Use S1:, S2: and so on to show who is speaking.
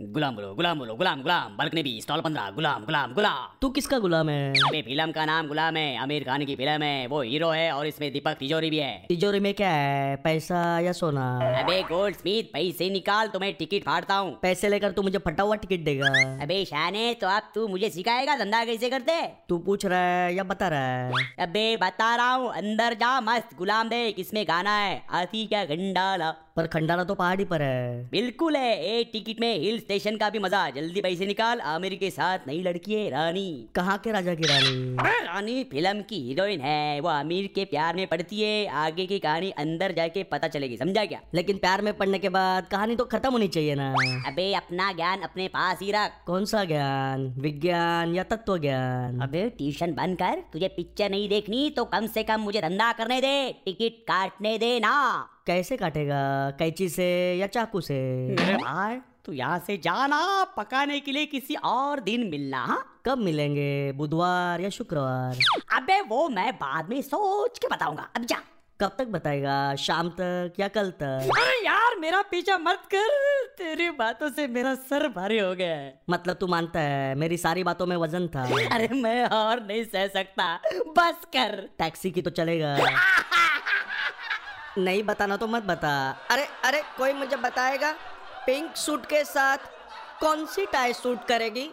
S1: गुलाम बोलो गुलाम बोलो गुलाम गुलाम बल्क ने भी स्टॉल पंद्रह गुलाम गुलाम गुलाम
S2: तू किसका गुलाम है
S1: अबे फिल्म का नाम गुलाम है आमिर खान की फिल्म है वो हीरो है और इसमें दीपक तिजोरी भी है
S2: तिजोरी में क्या है पैसा या सोना
S1: अबे गोल्ड स्मिथ पैसे निकाल तो मैं टिकट फाड़ता हूँ
S2: पैसे लेकर तू मुझे फटा हुआ टिकट देगा
S1: अबे शाने तो अब तू मुझे सिखाएगा धंधा कैसे करते
S2: तू पूछ रहा है या बता रहा है
S1: अबे बता रहा हूँ अंदर जा मस्त गुलाम दे किसमें गाना है आती क्या गंडाला
S2: पर खंडाला तो पहाड़ी पर है
S1: बिल्कुल है ए टिकट में हिल स्टेशन का भी मजा जल्दी पैसे निकाल आमिर के साथ नई लड़की है रानी
S2: कहाँ के राजा की रानी
S1: रानी फिल्म की हीरोइन है वो आमिर के प्यार में पड़ती है आगे की कहानी अंदर जाके पता चलेगी समझा क्या
S2: लेकिन प्यार में पड़ने के बाद कहानी तो खत्म होनी चाहिए ना
S1: अबे अपना ज्ञान अपने पास ही रख
S2: कौन सा ज्ञान विज्ञान या तत्व ज्ञान
S1: अबे ट्यूशन बंद कर तुझे पिक्चर नहीं देखनी तो कम से कम मुझे धंधा करने दे टिकट काटने दे ना
S2: कैसे काटेगा कैची से या चाकू से
S1: मेरे भाई तू यहाँ से जाना पकाने के लिए किसी और दिन मिलना हाँ
S2: कब मिलेंगे बुधवार या शुक्रवार
S1: अबे वो मैं बाद में सोच के बताऊंगा अब जा
S2: कब तक बताएगा शाम तक या कल तक
S1: अरे हाँ यार मेरा पीछा मत कर तेरी बातों से मेरा सर भारी हो गया है
S2: मतलब तू मानता है मेरी सारी बातों में वजन था
S1: अरे मैं और नहीं सह सकता बस कर
S2: टैक्सी की तो चलेगा नहीं बताना तो मत बता अरे अरे कोई मुझे बताएगा पिंक सूट के साथ कौन सी टाई सूट करेगी